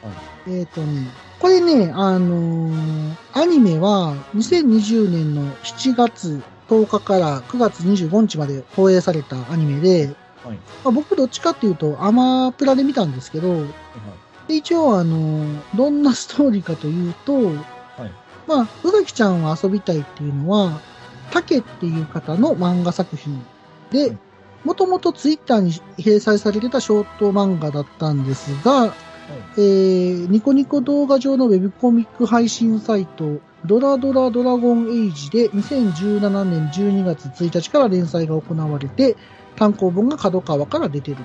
B: は
A: えっ、とね、これね、あのーアニメは2020年の7月10日から9月25日まで放映されたアニメで、
B: はい
A: まあ、僕どっちかっていうとアマプラで見たんですけど、で一応あの、どんなストーリーかというと、まあ、宇垣ちゃんは遊びたいっていうのは、竹っていう方の漫画作品
B: は
A: で
B: い、
A: もともとツイッターに掲載されてたショート漫画だったんですが、えーニコニコ動画上のウェブコミック配信サイト、ドラドラドラゴンエイジで2017年12月1日から連載が行われて、単行本が角川から出てる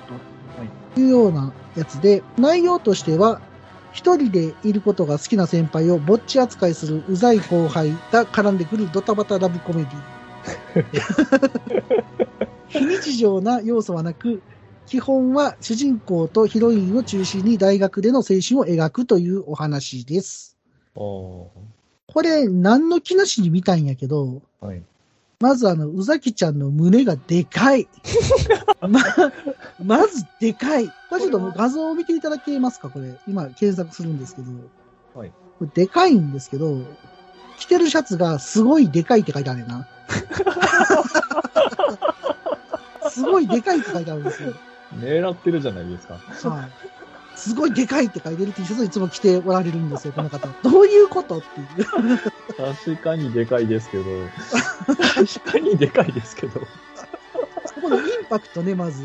A: というようなやつで、内容としては、一人でいることが好きな先輩をぼっち扱いするうざい後輩が絡んでくるドタバタラブコメディ。 非日常な要素はなく、基本は主人公とヒロインを中心に大学での青春を描くというお話です。
B: お
A: これ、何の気なしに見たんやけど、
B: はい。
A: まずあの、うざきちゃんの胸がでか い。ま、まずでかい。これちょっと画像を見ていただけますかこれ。今検索するんですけど。
B: はい
A: これでかいんですけど、着てるシャツがすごいでかいって書いてあるよ な。すごいでかいって書いてあるんですよ。
B: 狙ってるじゃないですか。
A: はい。すごいでかいって書いてる T シャツをいつも着ておられるんですよ、この方。どういうことっていう。
B: 確かにでかいですけど。確かにでかいですけど。
A: そこのインパクトね、まず。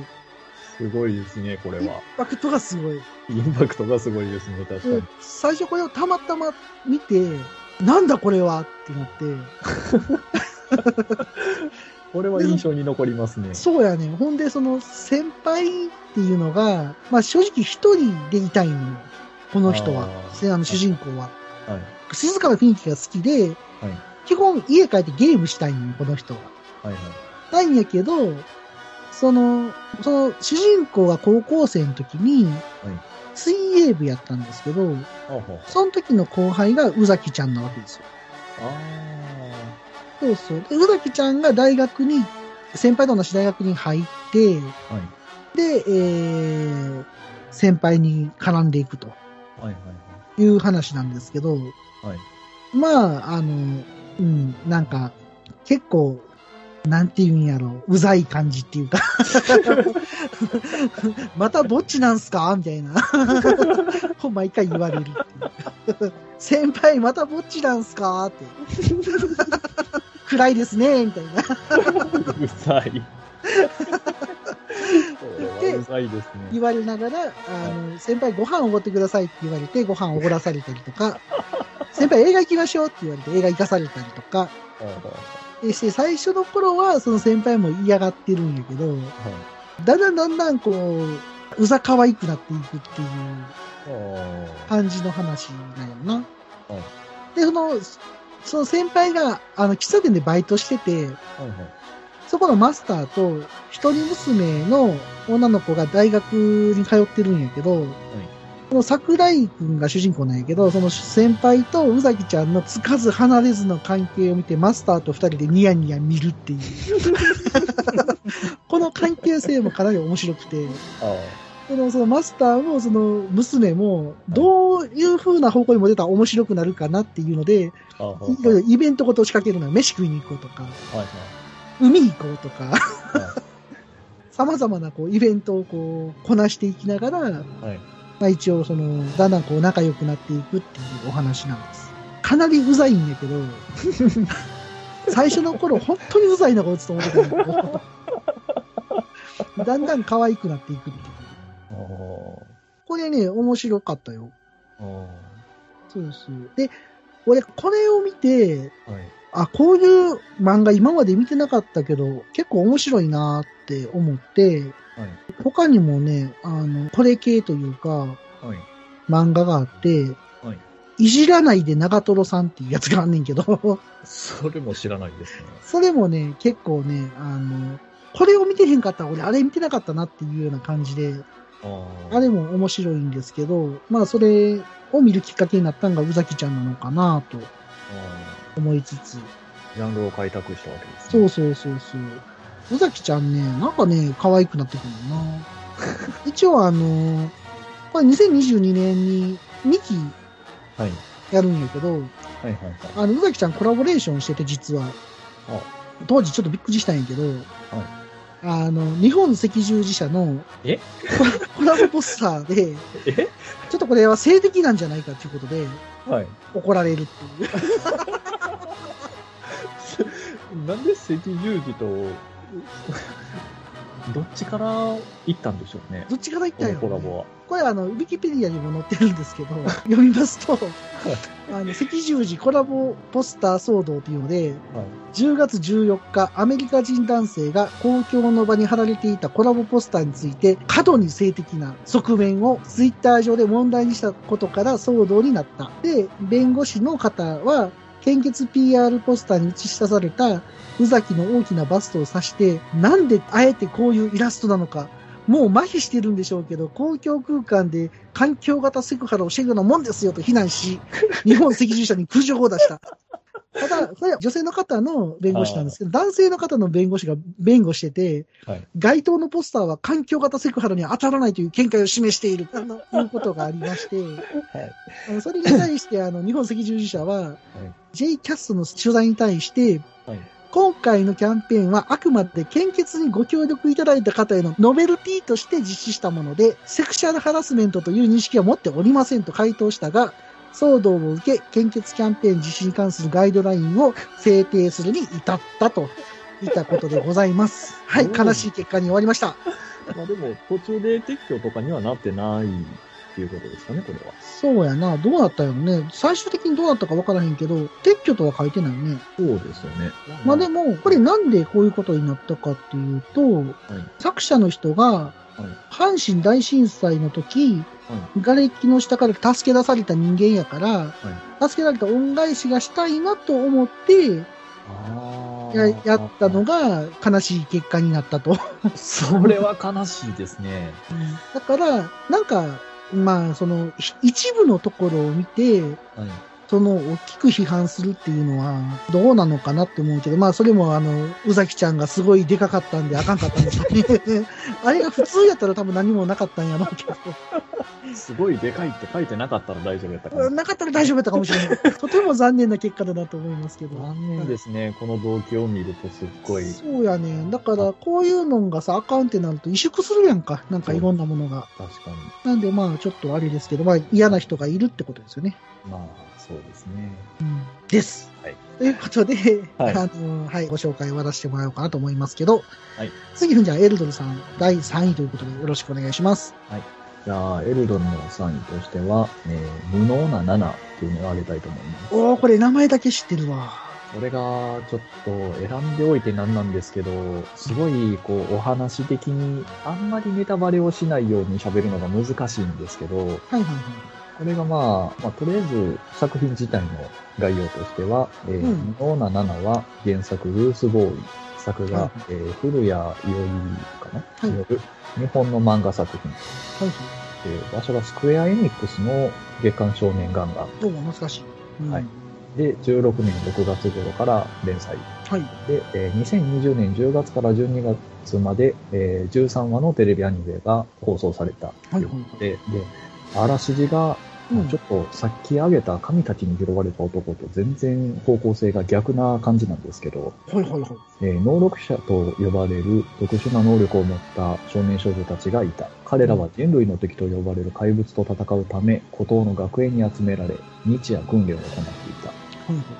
A: イン
B: すごいですね、これは。
A: パクトがすごい。
B: インパクトがすごいですね、確かに。
A: 最初これをたまたま見て、なんだこれはってなって、
B: これは印象に残りますね。
A: そうやねん。ほんで、その先輩っていうのが、まあ正直一人でいたいのよ。この人は
B: あ。ー
A: せあの主人公は。
B: はい。
A: 静かな雰囲気が好きで、基本家帰ってゲームしたいのよ、この人は。
B: はいはい。
A: なんやけど、その、その主人公が高校生の時に、水泳部やったんですけど、
B: あはは
A: その時の後輩が宇崎ちゃんなわけですよ。
B: あ
A: そうそう。で、宇崎ちゃんが大学に、先輩と同じ大学に入って、
B: ー。はい。
A: で、えー、先輩に絡んでいくと。
B: はいはいは
A: いう話なんですけど、
B: はい
A: まあ、あの、うん、なんか、結構、なんていうんやろう、うざい感じっていうか、 またぼっちなんすかみたいな、毎回言われるっていう先輩、またぼっちなんすかって。暗いですね、みたいな。
B: うざい。これはうざいですね。
A: 言われながら、あの、先輩ご飯おごってくださいって言われて、ご飯おごらされたりとか、先輩映画行きましょうって言われて映画行かされたりとか、
B: はいはい
A: でして最初の頃はその先輩も嫌がってるんやけど、だんだんだんだんこう、うざ可愛くなっていくっていう
B: はいあ
A: 感じの話なんやろな。
B: は
A: で、その、その先輩が、あの、喫茶店でバイトしてて、
B: ーはいはい
A: そこのマスターと、一人娘の女の子が大学に通ってるんやけど、その桜井くんが主人公なんやけど、その先輩と宇崎ちゃんのつかず離れずの関係を見て、マスターと二人でニヤニヤ見るっていう。 この関係性もかなり面白くて、
B: あ
A: そのそのマスターもその娘も、どういう風な方向にも出たら面白くなるかなっていうので、
B: ーあーはい
A: いろいろイベントごと仕掛けるのよ飯食いに行こうとか。
B: はい
A: 海行こうとか、さまざまなこうイベントをこうこなしていきながら、
B: い
A: まあ、一応その、だんだんこう仲良くなっていくっていうお話なんです。かなりうざいんだ けど、最初の頃本当にうざいのが打つと思ってたんだけど、だんだん可愛くなっていくっていう。
B: あー
A: これね、面白かったよ。
B: あー
A: そうそう。で、俺これを見て、
B: はい
A: あ、こういう漫画今まで見てなかったけど、結構面白いなーって思って、他にもね、あの、これ系というか、
B: はい
A: 漫画があって、、
B: はい
A: じらないで長瀞さんっていうやつがあんねんけど、
B: それも知らないですね。
A: それもね、結構ね、あの、これを見てへんかったら俺あれ見てなかったなっていうような感じで、
B: あー
A: あれも面白いんですけど、まあそれを見るきっかけになったのが宇崎ちゃんなのかなと
B: あ
A: 思いつつ、
B: ージャンルを開拓したわけです
A: そ
B: ね。
A: うそうそうそう。宇崎ちゃんね、なんかね、可愛くなってくるのな。 一応あの、これ2022年に2期
B: はい
A: やるんやけど、
B: はいはいはい。
A: あの、宇崎ちゃんコラボレーションしてて実は。
B: あ
A: 当時ちょっとびっくりしたんやけど、あの、日本赤十字社の
B: え
A: コラボポスターで、
B: え
A: ちょっとこれは性的なんじゃないかということで
B: はい。
A: 怒られるっていう。
B: なんで赤十字と、どっちから行ったんでしょうね。
A: どっちから言っ
B: こ
A: たん
B: の
A: や
B: コ
A: ろ
B: ラ
A: うね
B: ボは。
A: これあの、ウィキペディアにも載ってるんですけど、読みますと、あの、赤十字コラボポスター騒動というので、
B: はい
A: 10月14日、アメリカ人男性が公共の場に貼られていたコラボポスターについて、過度に性的な側面をツイッター上で問題にしたことから騒動になった。で、弁護士の方は、献血 PR ポスターに映し出された宇崎の大きなバストを指して、なんであえてこういうイラストなのか、もう麻痺してるんでしょうけど、公共空間で環境型セクハラを防ぐようなもんですよと非難し、日本赤十字社に苦情を出した。ただ、それは女性の方の弁護士なんですけど、男性の方の弁護士が弁護してて、
B: はい
A: 街頭のポスターは環境型セクハラには当たらないという見解を示しているということがありま して、あのそれに対してあの日本赤十字社は、J キャストの取材に対して、
B: はい
A: 今回のキャンペーンはあくまで献血にご協力いただいた方へのノベルティとして実施したもので、セクシャルハラスメントという認識は持っておりませんと回答したが、騒動を受け、献血キャンペーン実施に関するガイドラインを制定するに至ったといったことでござい ます。はい、悲しい結果に終わりました。
B: まあでも、途中で撤去とかにはなってないっていうことですかね、これは。
A: そうやな、どうだったよね。最終的にどうだったかわからへんけど、撤去とは書いてないね。
B: そうですよね。
A: まあでも、これなんでこういうことになったかっていうと、作者の人が、阪神大震災の時、瓦礫の下から助け出された人間やから、助けられた恩返しがしたいなと思って
B: あ
A: ややったのが悲しい結果になったと。
B: それは悲しいですね。
A: だから、なんか、まあ、その、ひ一部のところを見て、
B: はい。
A: その大きく批判するっていうのはどうなのかなって思うけど、まあそれもあの、宇崎ちゃんがすごいでか かったんであかんかったんですよね。あれが普通やったら多分何もなかったんやろうけど。
B: すごいでかいって書いてなかったら大丈夫やったかな。
A: なかったら大丈夫だったかもしれない。とても残念な結果だなと思いますけど。
B: 残念ですね。この動機を見るとすっごい。
A: そうやね。だから、こういうのがさ、アカウントになると萎縮するやんか。なんかいろんなものが。
B: 確かに。
A: なんで、まあ、ちょっとあれですけど、まあ、嫌な人がいるってことですよね。
B: まあ、そうですね。
A: です。
B: はい
A: ということで、
B: はい
A: あの、はい、ご紹介は出してもらおうかなと思いますけど、
B: はい
A: 次にじゃあ、エルドルさん、第3位ということで、よろしくお願いします。
B: じゃあ、エルドンの3位としては、えー無能な7っていうのを挙げたいと思います。
A: おー、これ名前だけ知ってるわ。
B: これがちょっと選んでおいてなんなんですけど、すごいこうお話的にあんまりネタバレをしないように喋るのが難しいんですけど、
A: はいはいはい。
B: これがまあ、まあ、とりあえず作品自体の概要としては、えー
A: うん
B: ノーナナナは原作ルースボーイ、作
A: は
B: が
A: い、
B: えー古谷伊織かな、
A: はい
B: による日本の漫画作品。
A: はいはい。
B: えー場所がスクエアエニックスの月刊少年ガンダム
A: どうも難しい。うん
B: はいで16年6月頃から連載
A: はい。
B: で、えー2020年10月から12月まで、えー13話のテレビアニメが放送されたということで、で、あらすじが、
A: うん
B: ちょっとさっき挙げた神たちに拾われた男と全然方向性が逆な感じなんですけど、
A: はいはいはい。
B: えー能力者と呼ばれる特殊な能力を持った少年少女たちがいた。彼らは人類の敵と呼ばれる怪物と戦うため、孤島の学園に集められ、日夜訓練を行っていた。
A: はい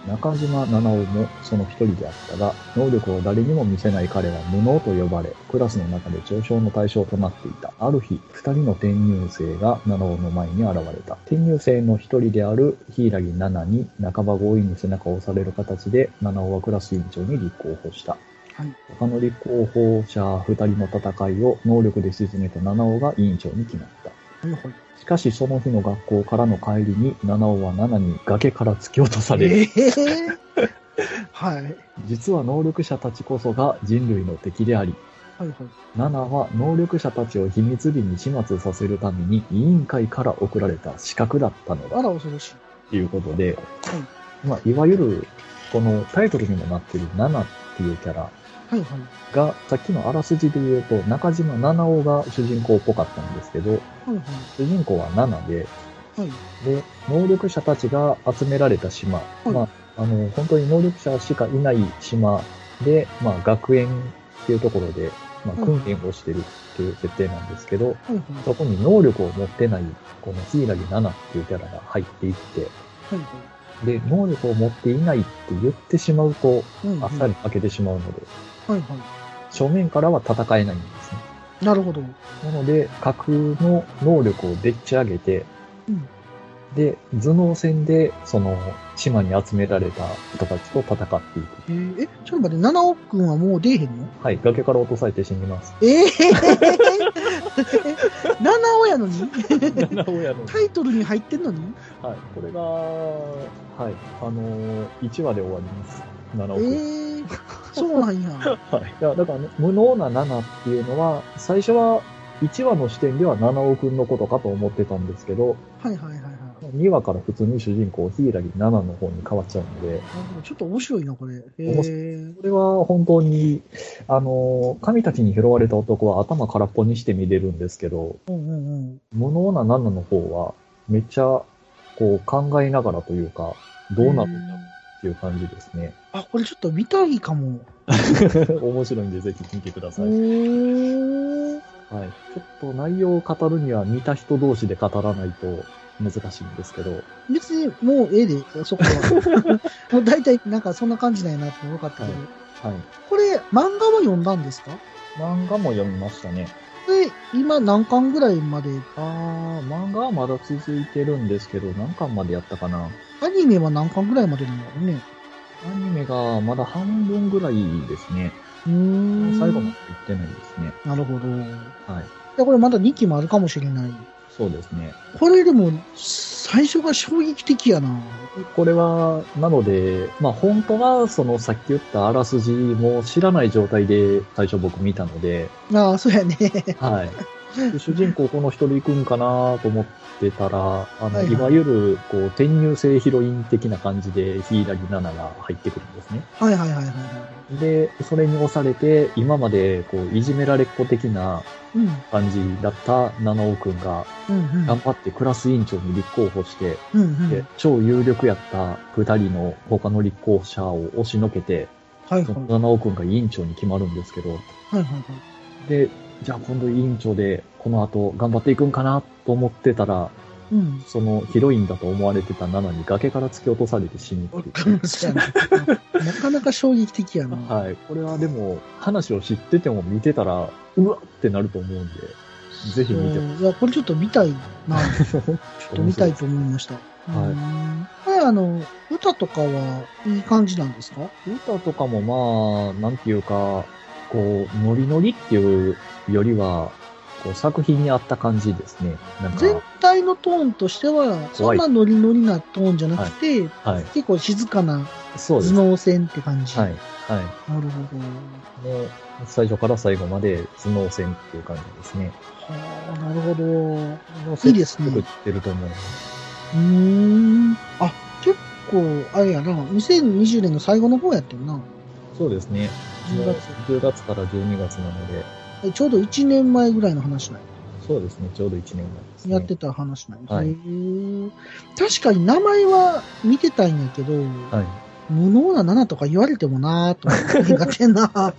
B: 中島七尾もその一人であったが、能力を誰にも見せない彼は無能と呼ばれ、クラスの中で上昇の対象となっていた。ある日、二人の転入生が七尾の前に現れた。転入生の一人である柊七に半ば強引に背中を押される形で、七尾はクラス委員長に立候補した。
A: はい
B: 他の立候補者二人の戦いを能力で沈めた七尾が委員長に決まった。
A: はいはい。
B: しかしその日の学校からの帰りに、七尾は七に崖から突き落とされる。
A: えーはい。はい
B: 実は能力者たちこそが人類の敵であり、
A: はい。
B: ナナは能力者たちを秘密裏に始末させるために委員会から送られた資格だったの
A: あら、
B: だ
A: 恐ろしい。
B: ということで、まあ、いわゆるこのタイトルにもなってるナナっていうキャラ
A: はいはい。
B: が、さっきのあらすじで言うと中島ナナオが主人公っぽかったんですけど、
A: はいは
B: 主人公はナナで、
A: い。はい。
B: で、能力者たちが集められた島、
A: い
B: まあ、あの、本当に能力者しかいない島で、まあ、学園っていうところで、まあ、
A: うん
B: 訓練をしてるっていう設定なんですけど、
A: はいはい。
B: そこに能力を持ってない、このヒイラギナナっていうキャラが入っていって、
A: はい
B: で、能力を持っていないって言ってしまうと、
A: はい。うんうん
B: あっさり負けてしまうので、
A: はいは
B: 正面からは戦えないんですね。
A: い。なるほど。は
B: なので、架空の能力をでっち上げて、
A: うん
B: で、頭脳戦で、その、島に集められた人たちと戦っていく。
A: えー、え、ちょっと待って、七億くんはもう出えへんの
B: はい、崖から落とされて死にます。
A: ええー、七尾やのに
B: 七親の。
A: タイトルに入ってんのに
B: はい、これが、はい、あのー、1話で終わります。七
A: え
B: 億。
A: ー、そうなんや。
B: はい。いや、だからね、無能な七っていうのは、最初は、1話の視点では七億のことかと思ってたんですけど、
A: はいはいはいはい。
B: 2話から普通に主人公、ヒイラギ7の方に変わっちゃうので、
A: なるほどちょっと面白いな、これ。え
B: 面
A: ー、
B: これは本当に、あの、神たちに拾われた男は頭空っぽにして見れるんですけど、
A: うんうんうん。
B: 無能なナナの方は、めっちゃ、こう考えながらというか、どうなるんだろうっていう感じですね。
A: あ、これちょっと見たいかも。
B: 面白いんでぜひ見てくだ
A: お
B: さい。はい。
A: ー。
B: ちょっと内容を語るには見た人同士で語らないと難しいんですけど、
A: 別にもうええで、そこ は。もう大体なんかそんな感じなんやなって分かったけど。
B: はい。
A: これ、漫画は読んだんですか
B: 漫画も読みましたね。
A: で、今何巻ぐらいまで、
B: あー、漫画はまだ続いてるんですけど、何巻までやったかな
A: アニメは何巻ぐらいまでなんだろうね。
B: アニメがまだ半分ぐらいですね。
A: うーん。
B: 最後まで行ってないですね。
A: なるほど。い
B: はい。
A: や、これまだ2期もあるかもしれない。
B: そうですね。
A: これでも、最初が衝撃的やな。
B: これは、なので、まあ本当は、そのさっき言ったあら すじも知らない状態で最初僕見たので、
A: ああ、そうやね。
B: はい。で主人公この一人行くんかなと思ってたら、あの、
A: はいはい
B: いわゆる、こう、転入性ヒロイン的な感じで、ヒイラギナナが入ってくるんですね。
A: はいはいはいはい。
B: で、それに押されて、今まで、こう、いじめられっ子的な
A: うん。
B: 感じだった七尾くんが、
A: うん
B: 頑張ってクラス委員長に立候補して、
A: うん。うんう
B: で
A: ん。
B: 超有力やった二人の他の立候補者を押しのけて、
A: はいはい。
B: その
A: は
B: 七尾くんが委員長に決まるんですけど、
A: いはいはい。
B: で、じゃあ今度委員長で、この後頑張っていくんかなと思ってたら、
A: うん。
B: そのヒロインだと思われてたナナに崖から突き落とされて死ぬっていう。
A: そうやななかなか衝撃的やな。
B: はい。これはでも、話を知ってても見てたら、うわってなると思うんで、ぜひ見て
A: そういや、これちょっと見たいな。ちょっと見たいと思いました。
B: はい
A: うん。はい、あの、歌とかはいい感じなんですか
B: 歌とかもまあ、なんていうか、こう、ノリノリっていうよりは、こう作品に合った感じですね。なんか、
A: 全体のトーンとしては、そんなノリノリなトーンじゃなくて、
B: はい。
A: 結構静かな
B: そうです。
A: 頭
B: は
A: 脳戦って感じ。
B: い。は
A: なるほど。
B: い。もう、最初から最後まで頭脳戦っていう感じですね。
A: はあ、なるほど。
B: い
A: いいですね
B: よく知ってると思う。
A: うーん。あ、結構、あれやな、2020年の最後の方やってんな。
B: そうですね。
A: 10月
B: 10月から12月なので、
A: えちょうど1年前ぐらいの話なんや
B: そうですね、ちょうど1年前ですね。
A: やってた話なんや
B: はい
A: へー確かに名前は見てたんやけど、
B: はい。
A: 無能な7とか言われてもなーと思 って苦手な。
B: こ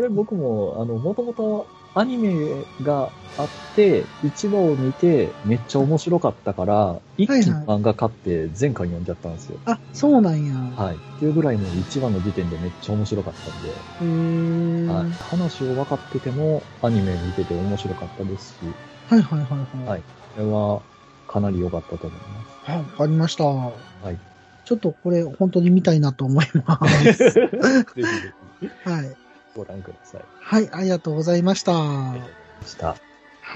B: れ僕も、あの、もともとアニメがあって、一話を見て、めっちゃ面白かったから、一気に漫画買って全巻読んじゃったんですよ。
A: あ、そうなんや。
B: はい。っていうぐらいもう一話の時点でめっちゃ面白かったんで、
A: へーは
B: はいい、話を分かってても、アニメ見てて面白かったですし、
A: はいはいはい。
B: はいこれはかなり良かったと思い
A: は
B: ま。
A: い、わかりました。はいちょっとこれ本当に見たいなと思います。
B: す。ぜひぜひ
A: はい。
B: ご覧ください。
A: はい、ありがとうございました。
B: ありがとうござい
A: は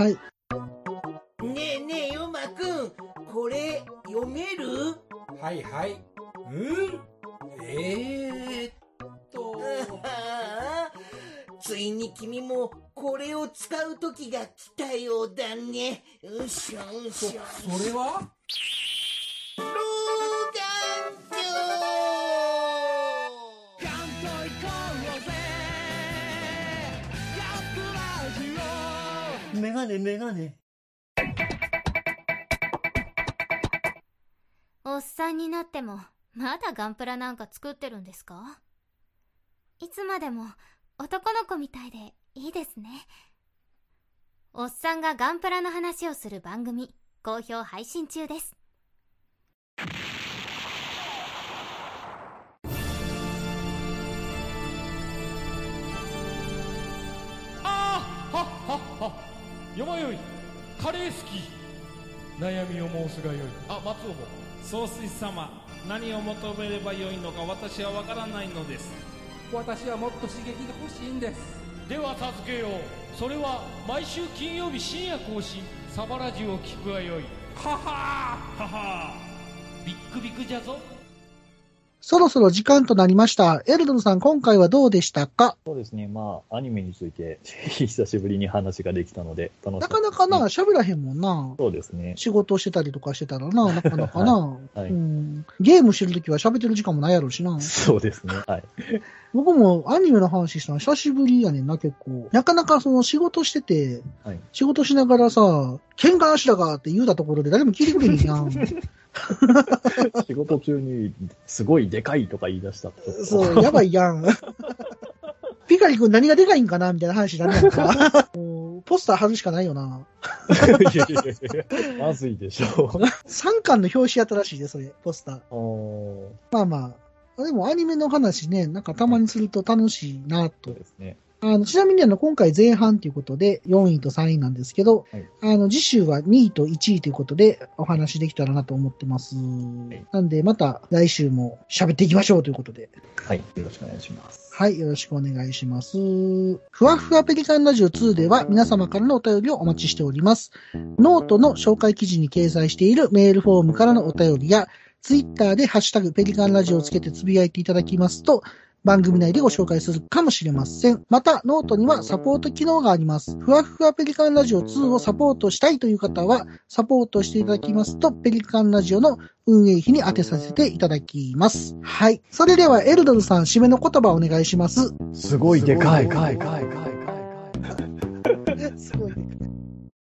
B: ました。
A: い。
G: ねえねえ、ヨマくん、これ、読める
H: はいはい。うんえー、っと。
G: ああ ついに君も、これを使う時が来たようだね。うしょう
H: そ、
G: しょ。
H: それは
G: 老眼鏡メガネメガネ。
D: おっさんになっても、まだガンプラなんか作ってるんですかいつまでも男の子みたいでいいですね。おっさんがガンプラの話をする番組、好評配信中です。
H: ああはっはっはよまよいカレー好き悩みを申すがよいあ松尾も
I: 総帥様何を求めればよいのか私は分からないのです
H: 私はもっと刺激が欲しいんですでは授けようそれは毎週金曜日深夜更新サバラジュを聞くがよいははーははービックビックじゃぞ
A: そろそろ時間となりました。エルドンさん、今回はどうでしたか
B: そうですね、まあ、アニメについて、 久しぶりに話ができたので、楽し
A: な
B: か
A: か
B: ったで
A: な
B: す
A: かな、
B: ね。
A: 喋らへんもんな。
B: そうですね。
A: 仕事してたりとかしてたら な、なかなかな。
B: はい
A: うん、ゲームしてるときは喋ってる時間もないやろうしな。
B: そうですね。はい。
A: 僕もアニメの話したの久しぶりやねんな、結構。なかなかその仕事してて、
B: はい
A: 仕事しながらさ、喧嘩しだがって言うたところで誰も聞いてくれへんやん。
B: 仕事中に、すごいでかいとか言い出したと。
A: そう、やばいやん。ピカリ君何がでかいんかなみたいな話になるやん か。もうポスター貼るしかないよな。
B: いやいやいや いやまずいでし ょ
A: 3巻の表紙やったらしいで、それ、ポスター。
B: う。おー
A: まあまあ。でもアニメの話ね、なんかたまにすると楽しいな
B: そ
A: と
B: う。ですね。
A: あの、ちなみにあの、今回前半ということで、4位と3位なんですけど、
B: はい
A: あの、次週は2位と1位ということで、お話できたらなと思ってます。なんで、また来週も喋っていきましょうということで。
B: はい。よろしくお願いします。
A: はい、よろしくお願いします。ふわふわペリカンラジオ2では皆様からのお便りをお待ちしております。ノートの紹介記事に掲載しているメールフォームからのお便りや、ツイッターでハッシュタグペリカンラジオをつけてつぶやいていただきますと、番組内でご紹介するかもしれません。また、ノートにはサポート機能があります。ふわふわペリカンラジオ2をサポートしたいという方は、サポートしていただきますと、ペリカンラジオの運営費に当てさせていただきます。はい。それでは、エルドルさん、締めの言葉をお願いします。
B: すごいでかい。
A: すごいね